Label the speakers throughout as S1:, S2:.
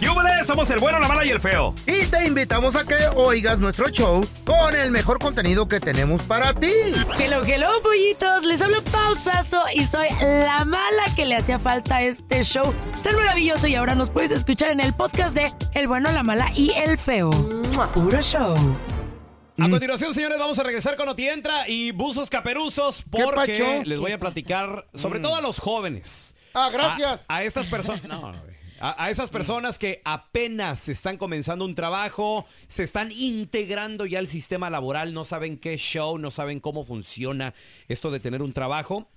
S1: ¡Yúbele! Somos el bueno, la mala y el feo.
S2: Y te invitamos a que oigas nuestro show con el mejor contenido que tenemos para ti.
S3: Hello, hello, pollitos. Les hablo pausazo y soy la mala que le hacía falta a este show tan maravilloso. Y ahora nos puedes escuchar en el podcast de El bueno, la mala y el feo. Puro show.
S2: Mm.
S4: A continuación, señores, vamos a regresar con Otientra y Buzos Caperuzos porque
S2: pacho? Mm.
S4: les voy a platicar, sobre todo a los jóvenes.
S2: Ah, gracias. Mm.
S4: A, a estas personas. No, no, güey. A, a esas personas que apenas están comenzando un trabajo, se están integrando ya al sistema laboral, no saben qué show, no saben cómo funciona esto de tener un trabajo.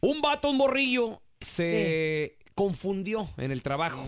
S4: Un vato, un morrillo, se confundió en el trabajo.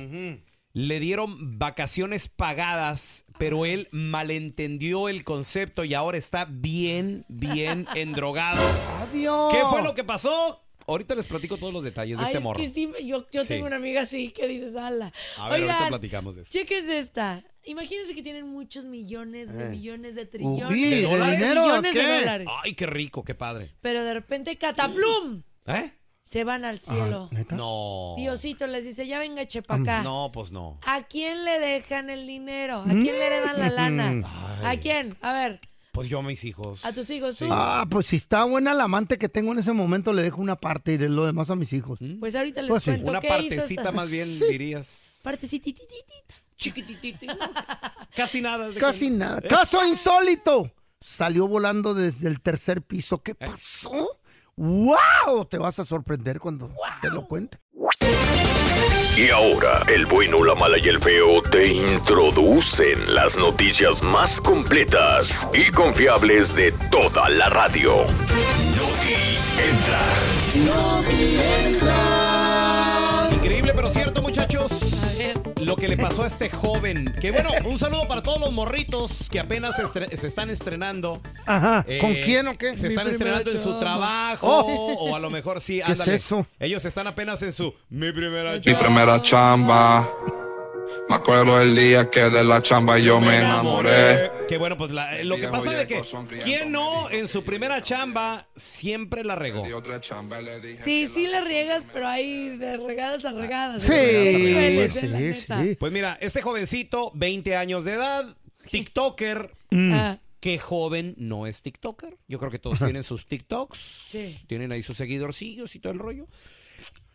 S4: Le dieron vacaciones pagadas, pero él malentendió el concepto y ahora está bien, bien endrogado.
S2: Adiós.
S4: ¿Qué fue lo que pasó? Ahorita les platico todos los detalles de
S3: Oh. Ay,
S4: este
S3: es
S4: morro.
S3: que sí, yo, yo
S4: Sí.
S3: tengo una amiga así que dices, ala.
S4: A ver, ahorita platicamos de eso.
S3: Cheques esta. Imagínense que tienen muchos millones
S4: Eh.
S3: de millones de trillones
S2: Uy, ¿de
S3: dólares,
S2: dinero o
S3: millones
S2: qué?
S3: de dólares.
S4: Ay, qué rico, qué padre.
S3: Pero de repente, cataplum,
S4: ¿Eh?
S3: se van al cielo.
S4: No.
S3: Diosito les dice, ¿Ah? ya venga, chepa acá.
S4: No, pues no.
S3: ¿A quién le dejan el dinero? ¿A quién le heredan la lana? ¿A quién? A ver,
S4: Pues yo a mis hijos.
S3: a tus hijos, tú.
S2: Ah, pues si está buena la amante que tengo en ese momento, le dejo una parte y de lo demás a mis hijos.
S4: Mm.
S3: Pues ahorita les
S2: Pues sí.
S3: cuento
S4: Una
S3: qué hizo.
S4: partecita
S3: esta-
S4: más bien, dirías.
S3: Partecititititita.
S4: Chiquititita. Casi nada. de-
S2: Casi nada.
S4: Eh.
S2: Caso insólito. Salió volando desde el tercer piso.
S4: Eh.
S2: ¿Qué pasó? ¡Wow! Te vas a sorprender cuando te lo cuente.
S5: Y ahora, el bueno, la mala y el feo te introducen las noticias más completas y confiables de toda la radio.
S4: Increíble, pero cierto, muchachos. Lo que le pasó a este joven. Que bueno, un saludo para todos los morritos que apenas se, estre- se están estrenando.
S2: Ajá.
S4: Eh,
S2: ¿Con quién o qué?
S4: Se están
S3: primera
S4: estrenando en su
S3: chamba.
S4: trabajo.
S2: Oh.
S4: O a lo mejor sí,
S2: ¿Qué es
S4: ándale.
S2: eso?
S4: Ellos están apenas en su. Mi primera
S6: Mi
S4: chamba.
S6: primera chamba. Me acuerdo el día que de la chamba yo me enamoré.
S4: Que bueno, pues la- eh, lo que
S6: Viejo
S4: pasa de que
S6: Yeco sonriendo,
S4: quien no
S6: me dijo
S4: en su primera chamba siempre la regó.
S6: Y otra chamba le dije.
S3: Sí, sí le riegas, pero hay de regadas a regadas.
S2: Sí,
S3: Crueles,
S2: sí,
S3: eh, la neta.
S2: sí.
S4: Pues mira, este jovencito, 20 años de edad, TikToker.
S2: Mm.
S3: Ah,
S4: ¿Qué joven no es TikToker? Yo creo que todos tienen sus TikToks.
S3: Sí.
S4: Tienen ahí sus seguidorcillos y todo el rollo.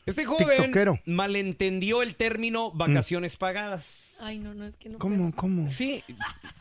S4: Este joven
S2: Tiktokero. Mm.
S4: malentendió el término vacaciones pagadas.
S3: Ay, no, no, es que no.
S2: ¿Cómo? ¿Cómo?
S4: Sí,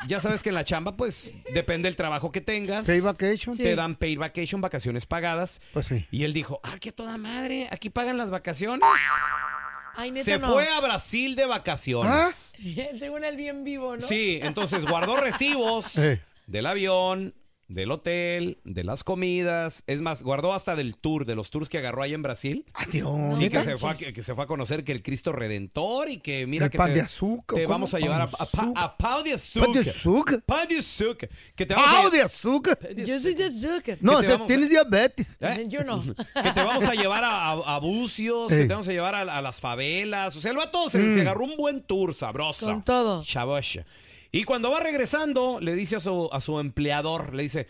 S4: ya sabes que en la chamba, pues, depende del trabajo que tengas.
S2: ¿Pay vacation?
S3: Sí.
S4: Te dan paid vacation, vacaciones pagadas.
S2: Pues sí.
S4: Y él dijo, ah, que a toda madre, aquí pagan las vacaciones.
S3: puedo. Ay, neta,
S4: Se
S3: no.
S4: fue a Brasil de vacaciones.
S3: Según el bien vivo, ¿no?
S4: Sí, entonces guardó recibos
S2: Eh.
S4: del avión, del hotel, de las comidas. Es más, guardó hasta del tour, de los tours que agarró allá en Brasil.
S2: Adiós.
S4: Sí, que
S3: ¿neta?
S4: se, fue a,
S3: Manches.
S4: que se fue a conocer que el Cristo Redentor y que mira
S2: El
S4: que
S2: pan
S4: te,
S2: de azúcar,
S4: te
S2: ¿cómo?
S4: vamos a llevar a,
S2: Pan de
S4: a pa- a pan de azúcar.
S2: ¿Pan Pues de azúcar?
S4: Pan de azúcar. Que te vamos a-
S2: ¡Ah, de azúcar!
S3: Yo soy de Zucker.
S2: No,
S4: te
S2: o sea,
S4: vamos a-
S2: tienes diabetes.
S4: ¿Eh?
S3: Yo no.
S4: que te vamos a llevar a, a- a bucios, que
S2: Ey.
S4: te vamos a llevar a, a las favelas. O sea, el vato se,
S2: Mm.
S4: se agarró un buen tour sabroso.
S3: Con todo.
S4: Chavosh. Y cuando va regresando, le dice a su, a su empleador, le dice,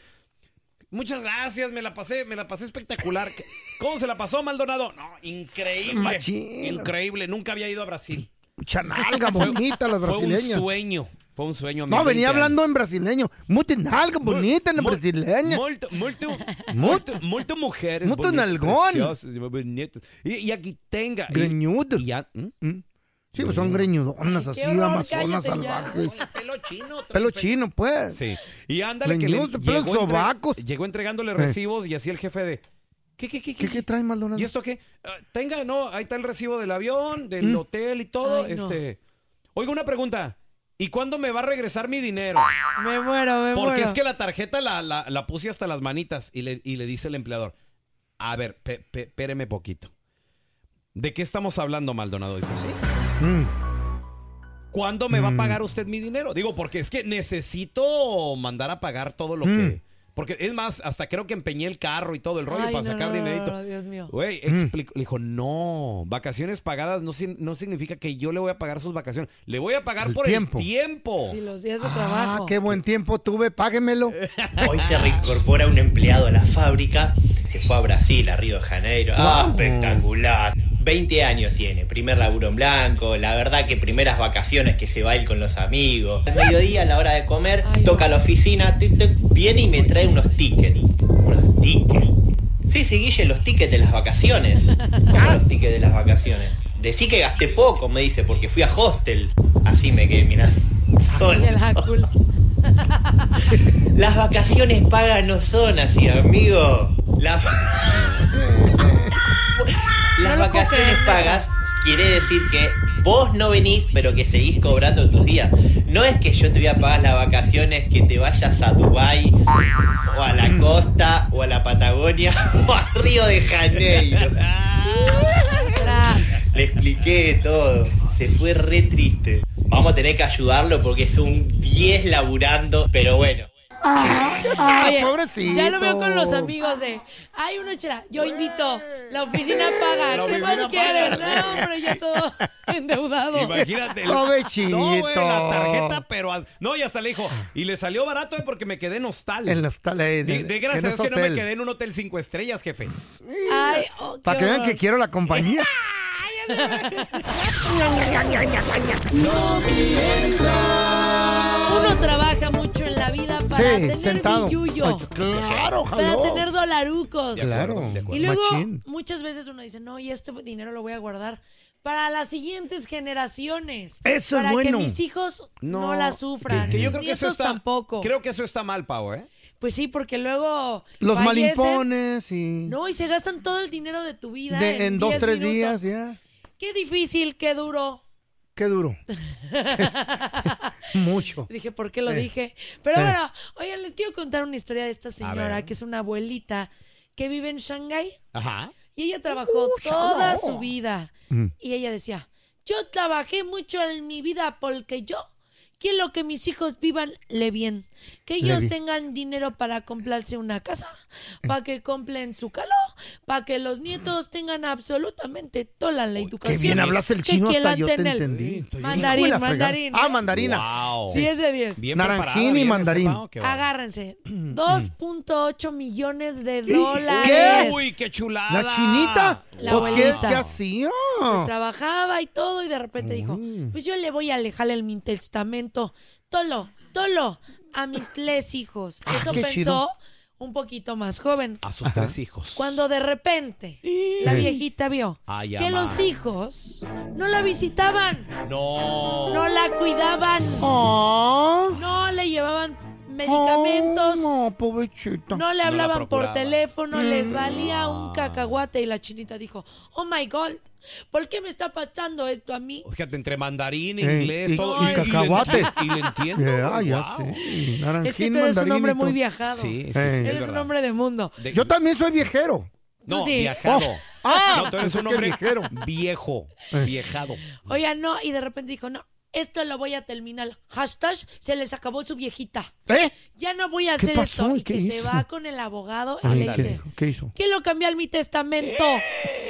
S4: muchas gracias, me la pasé, me la pasé espectacular. ¿Qué- ¿Cómo se la pasó, Maldonado? No, increíble.
S2: Machín.
S4: Increíble, nunca había ido a Brasil.
S2: Mucha nalga bonita las
S4: Fue un
S2: brasileñas.
S4: sueño, fue un sueño. a mis
S2: No,
S4: 20
S2: venía
S4: años.
S2: hablando en brasileño. Mucha nalga bonita en
S4: Mol-
S2: brasileña.
S4: Molto, molto, molto,
S2: Molto-
S4: molto mujeres.
S2: molto
S4: bonitas,
S2: nalgón.
S4: preciosas, bonitas. Y, y aquí tenga. y-
S2: Greñudo.
S4: Y, ya. ¿Mm?
S2: Sí, pues son greñudonas
S3: Ay,
S2: así,
S3: qué horror,
S2: amazonas
S3: cállate ya.
S2: salvajes.
S4: Pelo chino. trae
S2: Pelo chino, pues.
S4: Sí. Y ándale que le
S2: Greñudo, pelos
S4: llegó, entre-
S2: sobacos. Eh.
S4: llegó entregándole recibos y así el jefe de. ¿Qué, qué, qué,
S2: ¿Qué, qué trae Maldonado?
S4: ¿Y esto qué? Ah, tenga, no, ahí está el recibo del avión, del
S2: Mm.
S4: hotel y todo.
S3: Ay, no.
S4: este. Oiga, una pregunta. ¿Y cuándo me va a regresar mi dinero?
S3: Me muero, me muero.
S4: Porque es que la tarjeta la, la- la puse hasta las manitas y le, y le dice el empleador, a ver, pe- pe- espéreme poquito. ¿De qué estamos hablando, Maldonado? Dijo, sí.
S2: Mm. Mm.
S4: ¿Cuándo me va a pagar usted mi dinero? Digo, porque es que necesito mandar a pagar todo lo que Porque es más, hasta creo que empeñé el carro y todo el rollo
S7: Ay,
S4: para
S7: no,
S4: sacar
S7: no, no,
S4: dinerito.
S7: no, Dios mío.
S4: Güey,
S2: Mm.
S4: explicó- le dijo, no, vacaciones pagadas no, sin- no significa que yo le voy a pagar sus vacaciones. Le voy a pagar
S2: El
S4: por
S2: tiempo.
S4: el tiempo.
S7: Sí, los días de
S2: Ah,
S7: trabajo.
S2: qué buen tiempo tuve, páguemelo.
S8: Hoy se reincorpora un empleado a la fábrica, se fue a Brasil, a Río de Janeiro. ¡Ah, espectacular! 20 años tiene, primer laburo en blanco, la verdad que primeras vacaciones que se va a ir con los amigos. Al mediodía, a la hora de comer,
S7: Ay,
S8: toca
S7: no.
S8: la oficina, tic, tic, viene y me trae unos tickets. ¿Unos tickets? Sí, sí, Guille, los tickets de las vacaciones. ¿Cómo los tickets de las vacaciones? Decí que gasté poco, me dice, porque fui a hostel. Así me quedé, mirá.
S7: El Hakul.
S8: Las vacaciones pagas no son así, amigo. Las, Las
S7: No lo puedo
S8: vacaciones
S7: creer.
S8: pagas quiere decir que vos no venís, pero que seguís cobrando tus días. No es que yo te voy a pagar las vacaciones que te vayas a Dubai o a la costa o a la Patagonia o a Río de Janeiro.
S7: Tras.
S8: Le expliqué todo. Se fue re triste. Vamos a tener que ayudarlo porque es un 10 laburando, pero bueno.
S7: Oye,
S2: Ah, pobrecito.
S7: Ya lo veo con los amigos de. Ay, una chela. Yo invito. La oficina paga.
S4: La
S7: ¿Qué
S4: oficina
S7: más
S4: paga.
S7: quieres? No, hombre, ya todo endeudado.
S4: Imagínate. el-
S2: Pobrecito.
S4: No, güey, la tarjeta, pero... al- No, y hasta le dijo, y le salió barato eh, porque me quedé en hostal.
S2: En los tales.
S4: Di- de gracias es que no me quedé en un hotel cinco estrellas, jefe.
S7: Ay, oh, qué
S2: Para que vean
S7: horror.
S2: que quiero la compañía.
S7: Uno trabaja mucho en la vida para
S2: Sí,
S7: tener
S2: sentado.
S7: billuyo,
S2: Ay, claro,
S7: para
S2: jaló.
S7: tener dolarucos.
S4: De acuerdo,
S2: Claro.
S4: de acuerdo.
S7: Y luego
S2: Pues Machín.
S7: muchas veces uno dice, no, y este dinero lo voy a guardar para las siguientes generaciones.
S2: Eso es
S7: para
S2: bueno.
S7: que mis hijos no, la sufran.
S4: Que yo
S7: mis
S4: creo que eso
S7: nietos
S4: está,
S7: tampoco.
S4: Creo que eso está mal, Pau, ¿eh?
S7: Pues sí, porque luego
S2: Los
S7: fallecen,
S2: malimpones y.
S7: No, y se gastan todo el dinero de tu vida
S2: de- en dos,
S7: 10
S2: tres
S7: minutos.
S2: días, ya.
S7: Qué difícil, qué duro.
S2: Qué duro. Mucho.
S7: Dije, ¿por qué lo
S2: Eh.
S7: dije? Pero bueno, oigan, les quiero contar una historia de esta señora
S4: ver.
S7: que es una abuelita que vive en Shanghái
S4: Ajá.
S7: y ella trabajó
S2: Uh,
S7: toda su vida. Y ella decía, yo trabajé mucho en mi vida porque yo quiero que mis hijos vivan le bien, que ellos
S2: bien. Eh.
S7: tengan dinero para comprarse una casa, para que compren su calor, para que los nietos tengan absolutamente toda la educación.
S2: Qué bien hablas el
S7: que
S2: chino hasta
S7: quieran
S2: yo te
S7: tener".
S2: entendí.
S7: Mandarín,
S2: Hijo de la fregada.
S7: mandarín,
S2: Ah,
S7: ¿eh?
S2: mandarina.
S4: Wow.
S7: 10 de 10.
S4: Bien
S2: Naranjín
S4: preparada,
S2: y
S4: bien
S2: mandarín.
S4: ese, Pau, qué bárbaro.
S7: Agárrense. 2.8 millones de
S2: Mm. ¿Qué?
S7: dólares.
S4: Uy, qué chulada.
S2: La chinita.
S7: La
S2: Pues, ¿qué,
S7: abuelita.
S2: qué hacía?
S7: Pues trabajaba y todo y de repente dijo,
S2: Mm.
S7: pues yo le voy a alejar el mi testamento. Tolo, tolo, a mis tres hijos.
S2: Ah,
S7: Eso
S2: qué
S7: pensó
S2: chido.
S7: un poquito más joven.
S4: A sus tres hijos.
S7: Cuando de repente la viejita vio
S4: Ay,
S7: que
S4: amá.
S7: los hijos no la visitaban,
S4: No.
S7: no la cuidaban,
S2: Ah.
S7: no le llevaban medicamentos.
S2: Oh, no, pobrecita.
S7: No le
S4: la
S7: hablaban por
S4: procuraban.
S7: teléfono, les valía un cacahuate y la chinita dijo, oh my god, ¿por qué me está pasando esto a mí?
S4: Fíjate, entre mandarín,
S2: Eh,
S4: inglés,
S2: y-
S4: todo.
S2: y
S4: le-
S2: cacahuate.
S4: Y le entiendo.
S2: Yeah, Ah, ya
S4: wow.
S2: sé.
S7: Es que
S2: Naranjín,
S7: tú eres un
S2: mandarín
S7: hombre
S2: y todo.
S7: muy viajado.
S4: Sí, sí, sí.
S2: Eh.
S4: es
S7: Eres un
S4: verdad.
S7: hombre de mundo.
S4: De-
S2: Yo también soy viejero.
S4: No,
S7: sí.
S4: viajado.
S2: Ah,
S4: no, tú eres
S2: pensé
S4: un
S2: que Eh.
S4: hombre
S2: ligero.
S4: viejo. Viejado.
S7: Oiga, no, y de repente dijo, no, esto lo voy a terminar. Hashtag, se les acabó su viejita.
S2: ¿Eh?
S7: Ya no voy a
S2: ¿Qué
S7: hacer
S2: pasó?
S7: esto.
S2: ¿Y
S7: Y que
S2: qué
S7: se
S2: hizo?
S7: va con el abogado y
S2: Ay,
S7: le
S2: ¿Qué,
S7: dice,
S2: dijo? ¿Qué hizo?
S7: quiero cambiar mi testamento.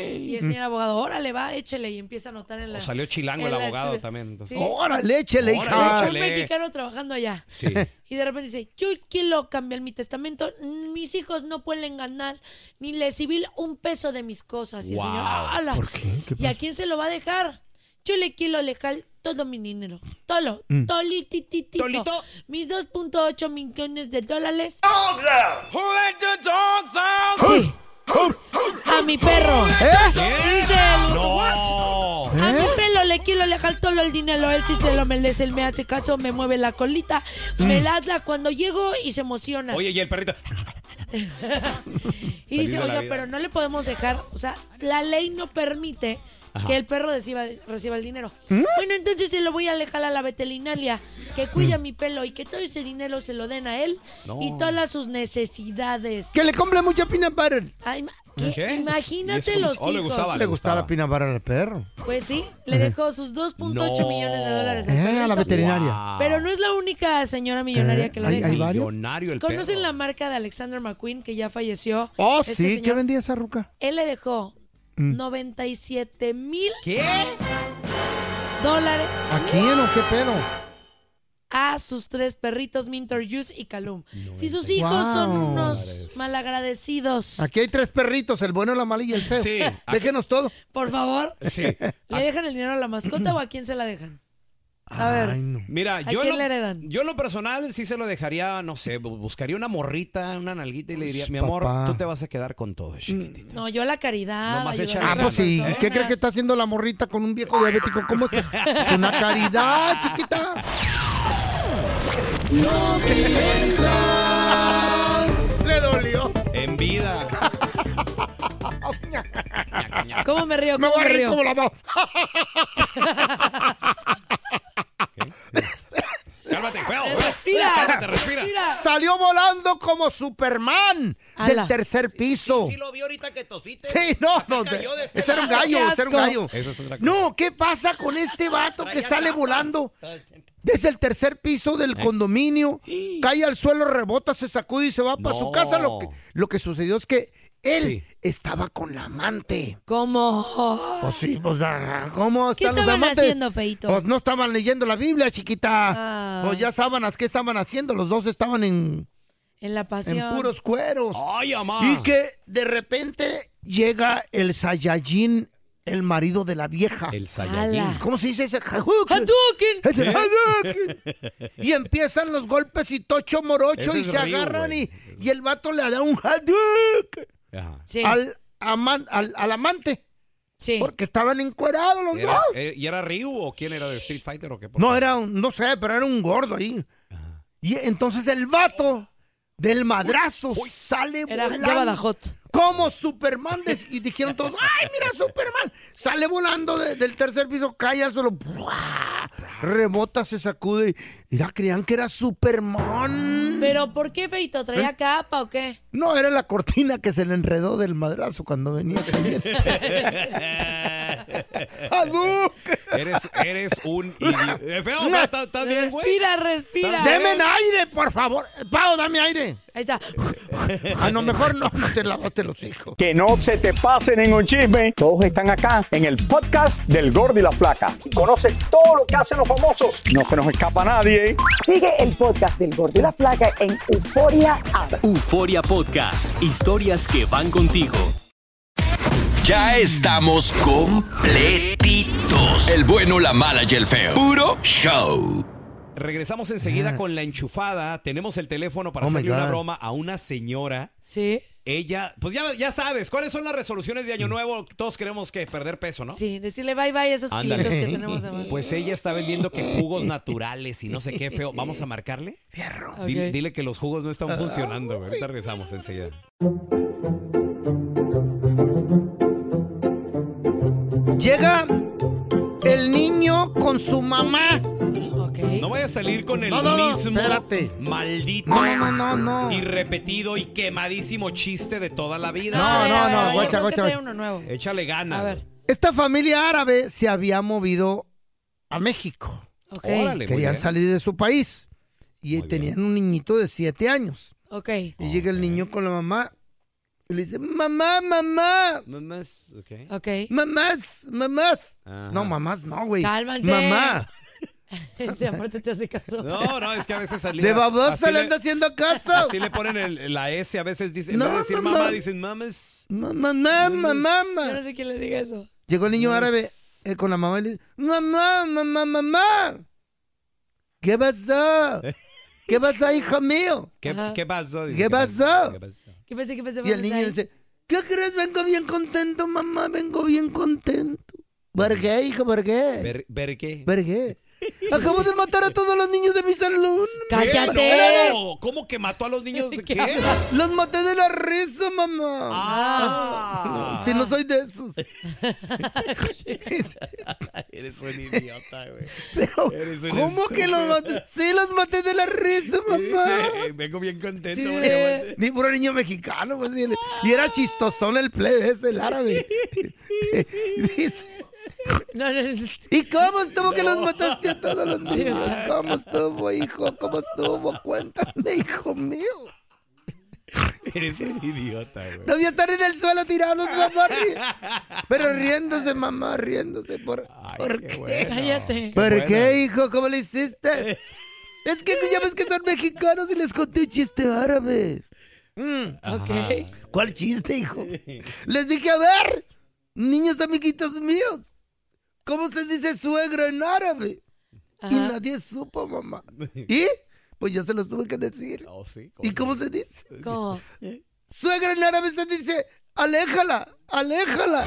S7: Y el señor abogado, órale, va, échele. Y empieza a anotar en la...
S4: O salió chilango
S7: en
S4: el
S7: la
S4: abogado
S7: escribe-
S4: también, entonces.
S7: Sí.
S2: Órale, échele,
S4: Órale,
S2: hija.
S7: Un
S4: échale.
S7: mexicano trabajando allá.
S4: Sí.
S7: Y de repente dice, yo quiero cambiar mi testamento, mis hijos no pueden ganar ni le civil un peso de mis cosas. Y el señor,
S4: Wow.
S7: "Ala".
S2: ¿Por qué? ¿Qué
S7: ¿Y a
S2: pasó?
S7: quién se lo va a dejar? Yo le quiero alejar todo mi dinero. Tolo,
S2: Mm.
S7: tolitititito.
S4: ¿Tolito?
S7: Mis 2.8 millones de dólares.
S2: Sí.
S7: A mi perro.
S2: ¿Eh?
S7: Dice el-
S2: Oh.
S4: No.
S7: A mi pelo Ah, le quiero alejar todo el dinero. Él sí se lo merece, él me hace caso, me mueve la colita,
S4: Mm.
S7: me ladra cuando llego y se emociona.
S4: Oye, y el perrito.
S7: Y dice,
S4: Feliz de la
S7: oiga,
S4: vida".
S7: pero no le podemos dejar, o sea, la ley no permite que el perro reciba, reciba el dinero.
S4: ¿Mm?
S7: Bueno, entonces se lo voy a alejar a la veterinaria que cuida
S4: Mm.
S7: mi pelo y que todo ese dinero se lo den a él y todas sus necesidades.
S2: Que le compre mucha peanut butter.
S7: Ay, ma- ¿qué?
S4: ¿Qué? ¿Y
S7: Imagínate
S4: eso-
S7: los
S4: oh,
S7: hijos.
S4: le gustaba.
S2: Le gustaba la peanut butter al perro.
S7: Pues sí, le dejó sus 2.8
S4: No.
S7: millones de dólares. al
S2: Eh, a la
S7: perrito.
S2: veterinaria.
S4: Wow.
S7: Pero no es la única señora millonaria
S2: Ah. Eh,
S7: que lo
S2: hay-
S7: deja.
S2: hay varios.
S4: Millonario el
S7: ¿Conocen
S4: perro.
S7: la marca de Alexander McQueen que ya falleció?
S2: Oh,
S7: Este
S2: sí,
S7: señor,
S2: ¿qué vendía esa ruca?
S7: Él le dejó
S2: Mm.
S7: 97 mil
S4: ¿Qué?
S7: dólares
S2: ¿A quién o qué pedo?
S7: a sus tres perritos, Minter, Juice y Calum. Si sus hijos son
S2: Wow.
S7: unos malagradecidos,
S2: Aquí hay tres perritos, el bueno, la mala y el feo.
S4: Sí.
S2: Déjenos todo.
S7: por favor,
S4: Sí.
S7: ¿le dejan el dinero a la mascota o a quién se la dejan? A ver.
S2: Ay, no.
S4: Mira,
S7: ¿A
S4: yo, en
S7: quién
S4: lo,
S7: le heredan?
S4: yo en lo personal sí se lo dejaría, no sé, bu- buscaría una morrita, una nalguita y le diría, mi amor,
S2: Pues, papá.
S4: tú te vas a quedar con
S7: Mm.
S4: todo, chiquitita.
S7: No, yo la caridad.
S4: Nomás
S7: ayudar
S4: échale
S7: a
S2: Ah,
S7: las
S2: pues sí.
S7: personas.
S2: ¿Qué crees que está haciendo la morrita con un viejo diabético? ¿Cómo es? Es una caridad, chiquita. Le dolió.
S4: En vida.
S7: ¿Cómo me río?
S2: Me
S7: ¿Cómo
S2: voy
S7: me,
S2: a reír
S7: río?
S2: como la mamá.
S4: Cálmate, feo. feo.
S7: Eh, Respira.
S4: Cálmate, respira.
S2: Salió volando como Superman
S7: Ala.
S2: del tercer piso.
S4: Sí lo vi ahorita que tosiste.
S2: Sí, no, no.
S4: cayó de este
S2: Ese era un gallo,
S7: Qué
S2: ese era un
S7: asco.
S2: gallo.
S4: Esa es otra cosa.
S2: No, ¿qué pasa con este vato que sale volando
S4: Todo el tiempo. Eh.
S2: desde el tercer piso del condominio? Cae al suelo, rebota, se sacude y se va para su
S4: No.
S2: casa. Lo que, lo que sucedió es que él
S4: Sí.
S2: estaba con la amante.
S7: ¿Cómo?
S2: Pues sí, pues, ah, ¿cómo
S7: Oh. ¿Qué
S2: están los
S7: estaban
S2: amantes?
S7: haciendo, feito?
S2: Pues no estaban leyendo la Biblia, chiquita.
S7: Ah.
S2: Pues ya sábanas, ¿qué estaban haciendo? Los dos estaban en,
S7: En la pasión.
S2: en puros cueros.
S4: Ay, mamá.
S2: Y que de repente llega el Saiyajin, el marido de la vieja.
S4: El ¿Eh?
S7: Ala.
S4: Saiyajin.
S2: ¿Cómo se dice ese?
S7: Ah, Hadouken.
S2: Ese- Y empiezan los golpes y tocho morocho
S4: Ese
S2: y
S4: es
S2: se
S4: Ryu,
S2: agarran
S4: güey.
S2: y, y el vato le da un Hadouken
S4: Ajá.
S7: Sí,
S2: al, aman- al, al amante.
S7: sí.
S2: Porque estaban encuerados
S7: Oh,
S2: los
S4: Era-
S2: dos.
S4: eh, ¿Y era Ryu o quién era de Street Fighter o qué?
S2: No, era un, no sé, pero era un gordo ahí. Y entonces el vato del madrazo sale
S7: Era
S2: volando.
S7: Jabadajot.
S2: Como Superman. des- y dijeron todos, ¡ay, mira, Superman! Sale volando de- del tercer piso, cae al suelo, ¡buah! rebota, se sacude. Y ya creían que era Superman.
S7: ¿Pero por qué, feito?
S2: ¿Eh?
S7: ¿Traía capa o qué?
S2: No, era la cortina que se le enredó del madrazo cuando venía cayendo. ¡Hadouken!
S4: Eres, eres un idiota. Eh, feo, feo, ¿estás estás bien, güey?
S7: Respira, respira.
S2: ¡Deme aire, por favor! ¡Pau, dame aire!
S7: Ahí está.
S2: A lo mejor no, no te lavaste los hijos.
S9: Que no se te pase ningún chisme. Todos están acá en el podcast del Gordi y la Flaca. Y conoce todo lo que hacen los famosos. No se nos escapa nadie.
S10: Sigue el podcast del Gordo y la Flaca en Euforia App.
S11: Euforia Podcast, historias que van contigo.
S5: Ya estamos completitos. El bueno, la mala y el feo. Puro show.
S4: Regresamos enseguida con la enchufada. Tenemos el teléfono para
S2: Ah. Oh, my
S4: hacerle una
S2: God.
S4: broma a una señora.
S7: Sí,
S4: Ella, pues ya, ya sabes, ¿cuáles son las resoluciones de Año
S2: Mm.
S4: Nuevo? Todos queremos que perder peso, ¿no?
S7: sí. Decirle bye bye a esos
S4: Ándale.
S7: kilitos que tenemos además.
S4: Pues ella está vendiendo que jugos naturales y no sé qué feo. ¿Vamos a marcarle?
S7: Ok.
S4: Dile, dile que los jugos no
S2: Ah.
S4: están funcionando, güey. Ahorita regresamos enseguida.
S2: Llega el niño con su mamá.
S7: Ok.
S4: No voy a salir con el
S2: No, no, no,
S4: mismo
S2: espérate.
S4: maldito
S2: No, no, no, no.
S4: y repetido y quemadísimo chiste de toda la vida.
S2: No,
S7: a ver,
S2: no,
S7: a ver,
S2: no,
S7: a ver, yo
S2: guacha,
S7: creo que
S2: guacha,
S7: trae
S2: guacha.
S7: uno nuevo.
S4: Échale ganas.
S7: A ver.
S2: Esta familia árabe se había movido a México.
S7: Ok.
S4: Órale. muy
S2: Querían
S4: bien.
S2: salir de su país. Y
S4: Muy
S2: tenían un niñito de siete años.
S7: Ok.
S2: Y llega el niño con la mamá. Y le dice, mamá, mamá.
S4: Mamás, ok.
S7: Ok.
S2: Mamás, mamás.
S4: Ajá.
S2: No, mamás, no, güey.
S7: Cálmanse.
S2: Mamá.
S7: Este aparte te hace caso.
S4: No, no, es que a veces salía.
S2: De
S4: así
S2: babosa le
S4: le-
S2: anda haciendo caso.
S4: Así le ponen el- la S, a veces dicen, en
S2: No,
S4: vez de decir
S2: mamá.
S4: mamá, dicen mames.
S2: Mamá, mamá,
S7: Yo
S2: mamá.
S7: no sé quién les diga eso.
S2: Llegó el niño árabe eh, con la mamá y le dice, mamá, mamá, mamá. ¿Qué pasa? ¿Qué pasa, hija mío?
S4: ¿Qué,
S7: Ajá.
S4: qué pasó? Dice,
S2: ¿Qué pasó?
S7: ¿Qué pensé que pensé?
S2: Y el niño
S7: Vamos ahí.
S2: dice, ¿qué crees? Vengo bien contento, mamá, vengo bien contento. ¿Por qué, hijo? ¿Por qué?
S4: Ver, ver qué.
S2: ¿Por qué? Acabo de matar a todos los niños de mi salón.
S4: ¡Cállate! ¿Cómo que mató a los niños? ¿Qué?
S2: Los maté de la risa, mamá. Ah. Si no soy de esos.
S4: Eres un idiota, güey.
S2: Pero,
S4: Eres un
S2: ¿cómo que los maté? Sí, los maté de la risa, mamá.
S4: Eh, Vengo bien contento,
S2: Sí,
S4: güey.
S2: eh. Ni puro niño mexicano, pues. Y, y era chistosón el plebe ese, el árabe. Dice. ¿Y cómo estuvo que los mataste a todos los
S12: Sí,
S2: niños?
S12: o sea.
S2: ¿Cómo estuvo, hijo? ¿Cómo estuvo? Cuéntame, hijo mío.
S4: Eres un idiota, güey.
S2: Todavía estar en el suelo tirados, mamá. ri- Pero riéndose, mamá, riéndose. ¿Por, ¿por qué?
S7: Cállate.
S2: ¿Por qué, hijo? ¿Cómo le hiciste? es que ya ves que son mexicanos y les conté un chiste árabe. Mm.
S12: Ok.
S2: ¿Cuál chiste, hijo? Les dije, a ver, niños amiguitos míos, ¿cómo se dice suegro en árabe? Y nadie supo, mamá. ¿Y? Pues yo se los tuve que decir. ¿Y cómo se dice?
S7: ¿Cómo?
S2: Suegra en árabe se dice, aléjala, aléjala.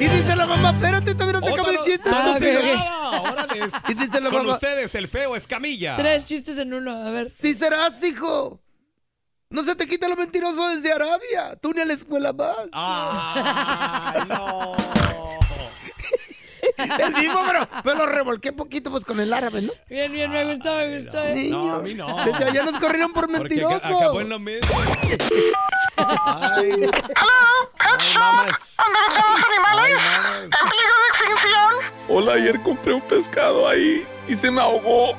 S2: y dice la mamá, espérate, todavía no se acaba el chiste.
S4: Ah, ok, ok.
S2: Y dice la
S4: Con
S2: mamá,
S4: ustedes, el feo Escamilla.
S2: chistes en uno, a ver. Sí serás, hijo. No se te quita lo mentiroso desde Arabia. Tú ni a la escuela vas. el mismo, pero, pero lo revolqué poquito pues con el árabe, ¿no?
S7: Bien, bien, me gustó, me gustó. eh.
S2: Niño. Desde allá nos corrieron por
S4: Porque
S2: mentiroso.
S4: aca- acabó en lo mismo. Ay,
S12: los animales en peligro de extinción.
S5: Hola, ayer compré un pescado ahí y se me ahogó.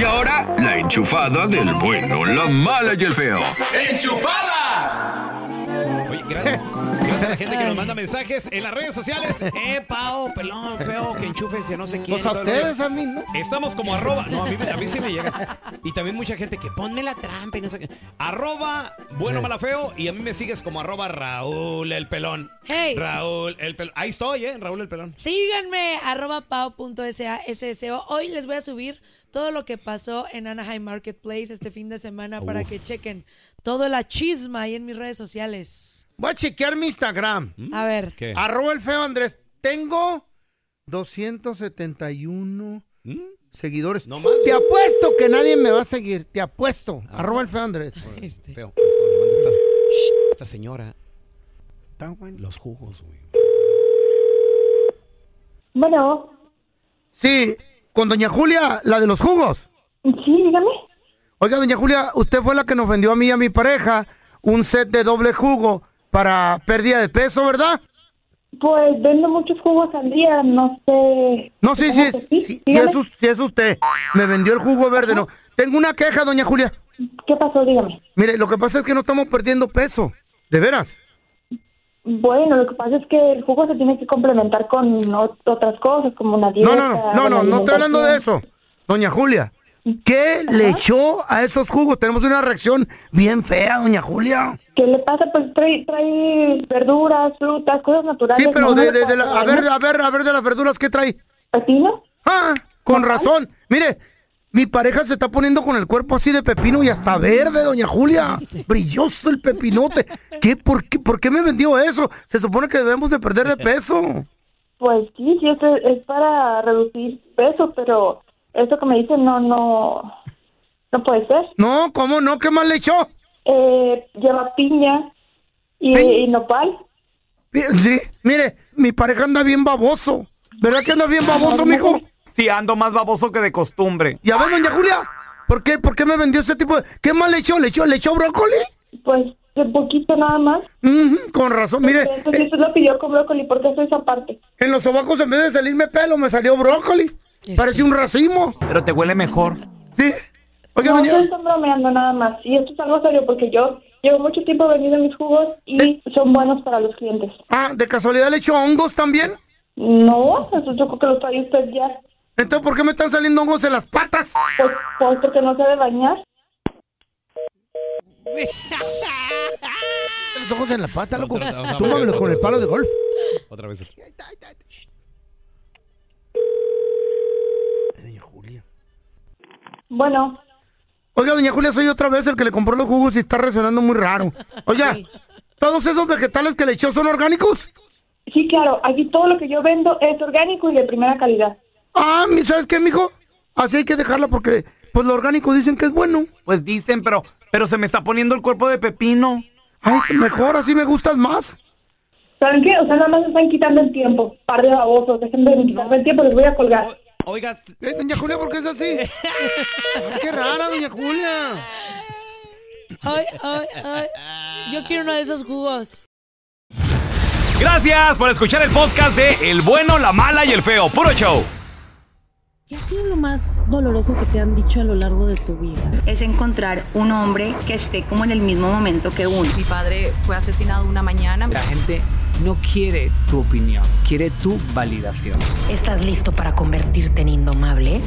S5: Y ahora, la enchufada del bueno, la mala y el feo.
S4: ¡Enchufada! Oye, gracias, gracias a la gente que nos manda mensajes en las redes sociales. Eh, Pao, pelón, feo, que enchúfense, no sé quién.
S2: Pues a
S4: Todo el rollo.
S2: ustedes, a mí, ¿no?
S4: Estamos como arroba. No, a mí, a mí sí me llega. Y también mucha gente que ponme la trampa y no sé qué. Arroba bueno, mala, feo. Y a mí me sigues como arroba Raúl el pelón.
S7: Hey.
S4: Raúl el pelón. Ahí estoy, ¿eh? Raúl el pelón.
S7: Síganme, arroba pao.sasso. Hoy les voy a subir todo lo que pasó en Anaheim Marketplace este fin de semana para
S2: Uf.
S7: que chequen toda la chisma ahí en mis redes sociales.
S2: Voy a chequear mi Instagram.
S7: A ver.
S4: ¿Qué?
S2: Arroba el feo Andrés. Tengo 271
S4: ¿Mm?
S2: seguidores. Te apuesto que nadie me va a seguir. Te apuesto.
S4: Ah.
S2: Arroba el feo Andrés.
S4: Feo. me estaba llamando Esta, Shh, esta señora. Los jugos, güey.
S2: Bueno. Sí, con doña Julia, la de los jugos. Sí, dígame. Oiga, doña Julia, usted fue la que nos vendió a mí y a mi pareja un set de doble jugo para pérdida de peso, ¿verdad?
S13: Pues vendo muchos jugos al día, no sé.
S2: No, sí, sí, es, sí, es us- sí es usted. Me vendió el jugo verde, no. Tengo una queja, doña Julia.
S13: ¿Qué pasó? Dígame.
S2: Mire, lo que pasa es que no estamos perdiendo peso. ¿De veras?
S13: Bueno, lo que pasa es que el jugo se tiene que complementar con ot- otras cosas, como una dieta.
S2: No, no, no, no, no, no estoy hablando de eso. Doña Julia, ¿qué le echó a esos jugos? Tenemos una reacción bien fea, doña Julia.
S13: ¿Qué le pasa? Pues trae, trae verduras, frutas, cosas naturales.
S2: Sí, pero
S13: no,
S2: de,
S13: no le
S2: de- de la-
S13: pasa
S2: a ver,
S13: nada.
S2: a ver, a ver de las verduras, ¿qué trae?
S13: ¿Pepino?
S2: Ah, con razón. Mire, mi pareja se está poniendo con el cuerpo así de pepino y hasta verde, doña Julia. Brilloso el pepinote. ¿Qué, por, qué, ¿Por qué me vendió eso? Se supone que debemos de perder de peso.
S13: Pues sí, sí, es, es para reducir peso, pero eso que me dicen no, no, no puede ser.
S2: No, ¿cómo no? ¿Qué más le echó?
S13: Eh, lleva piña y, y nopal.
S2: Mi- Sí, mire, mi pareja anda bien baboso. ¿Verdad que anda bien baboso, mijo?
S14: Sí, ando más baboso que de costumbre.
S2: Ya ves, doña Julia, ¿por qué, por qué me vendió ese tipo de... ¿Qué más le echó? ¿Le echó, le echó brócoli?
S13: Pues un poquito nada más.
S2: con razón, mire. eh,
S13: Entonces, eso lo pidió con brócoli, ¿por qué eso esa parte?
S2: En los sobacos en vez de salirme pelo me salió brócoli. Parece un racimo.
S14: Pero te huele mejor.
S2: Sí. Oiga,
S13: no,
S2: doña-
S13: ustedes están bromeando nada más. Y esto es algo serio porque yo llevo mucho tiempo vendiendo mis jugos y
S2: Eh.
S13: son buenos para los clientes.
S2: Ah, ¿de casualidad le echó hongos también?
S13: No, eso yo creo que lo trae usted ya.
S2: Entonces, ¿por qué me están saliendo hongos en las patas?
S13: Pues, pues porque no sabe bañar.
S2: Los ojos en la pata, loco.
S4: otra, otra,
S2: Túmbamelo
S4: otra.
S2: con el palo de golf.
S4: Otra vez.
S13: Bueno.
S2: Oiga, doña Julia, soy otra vez el que le compró los jugos y está resonando muy raro. Oiga, ¿todos esos vegetales que le echó son orgánicos?
S7: Sí, claro, aquí todo lo que yo vendo es orgánico y de primera calidad.
S2: Ah, mi- ¿sabes qué, mijo? Así hay que dejarla porque, pues lo orgánico dicen que es bueno.
S15: Pues dicen, pero, pero se me está poniendo el cuerpo de pepino.
S2: Ay, mejor, así me gustas más.
S7: ¿Saben qué? O sea, nada más me están quitando el tiempo. Par de babosos, dejen de quitarme el tiempo, les voy a colgar.
S4: Oiga,
S2: Eh, doña Julia, ¿por qué es así? Ay, qué rara, doña Julia.
S16: Ay, ay, ay. Yo quiero uno de esos jugos.
S1: Gracias por escuchar el podcast de El bueno, la mala y el feo. Puro show.
S3: ¿Qué ha sido lo más doloroso que te han dicho a lo largo de tu vida?
S17: es encontrar un hombre que esté como en el mismo momento que uno. Mi padre fue asesinado una mañana.
S18: La gente no quiere tu opinión, quiere tu validación.
S19: ¿Estás listo para convertirte en indomable?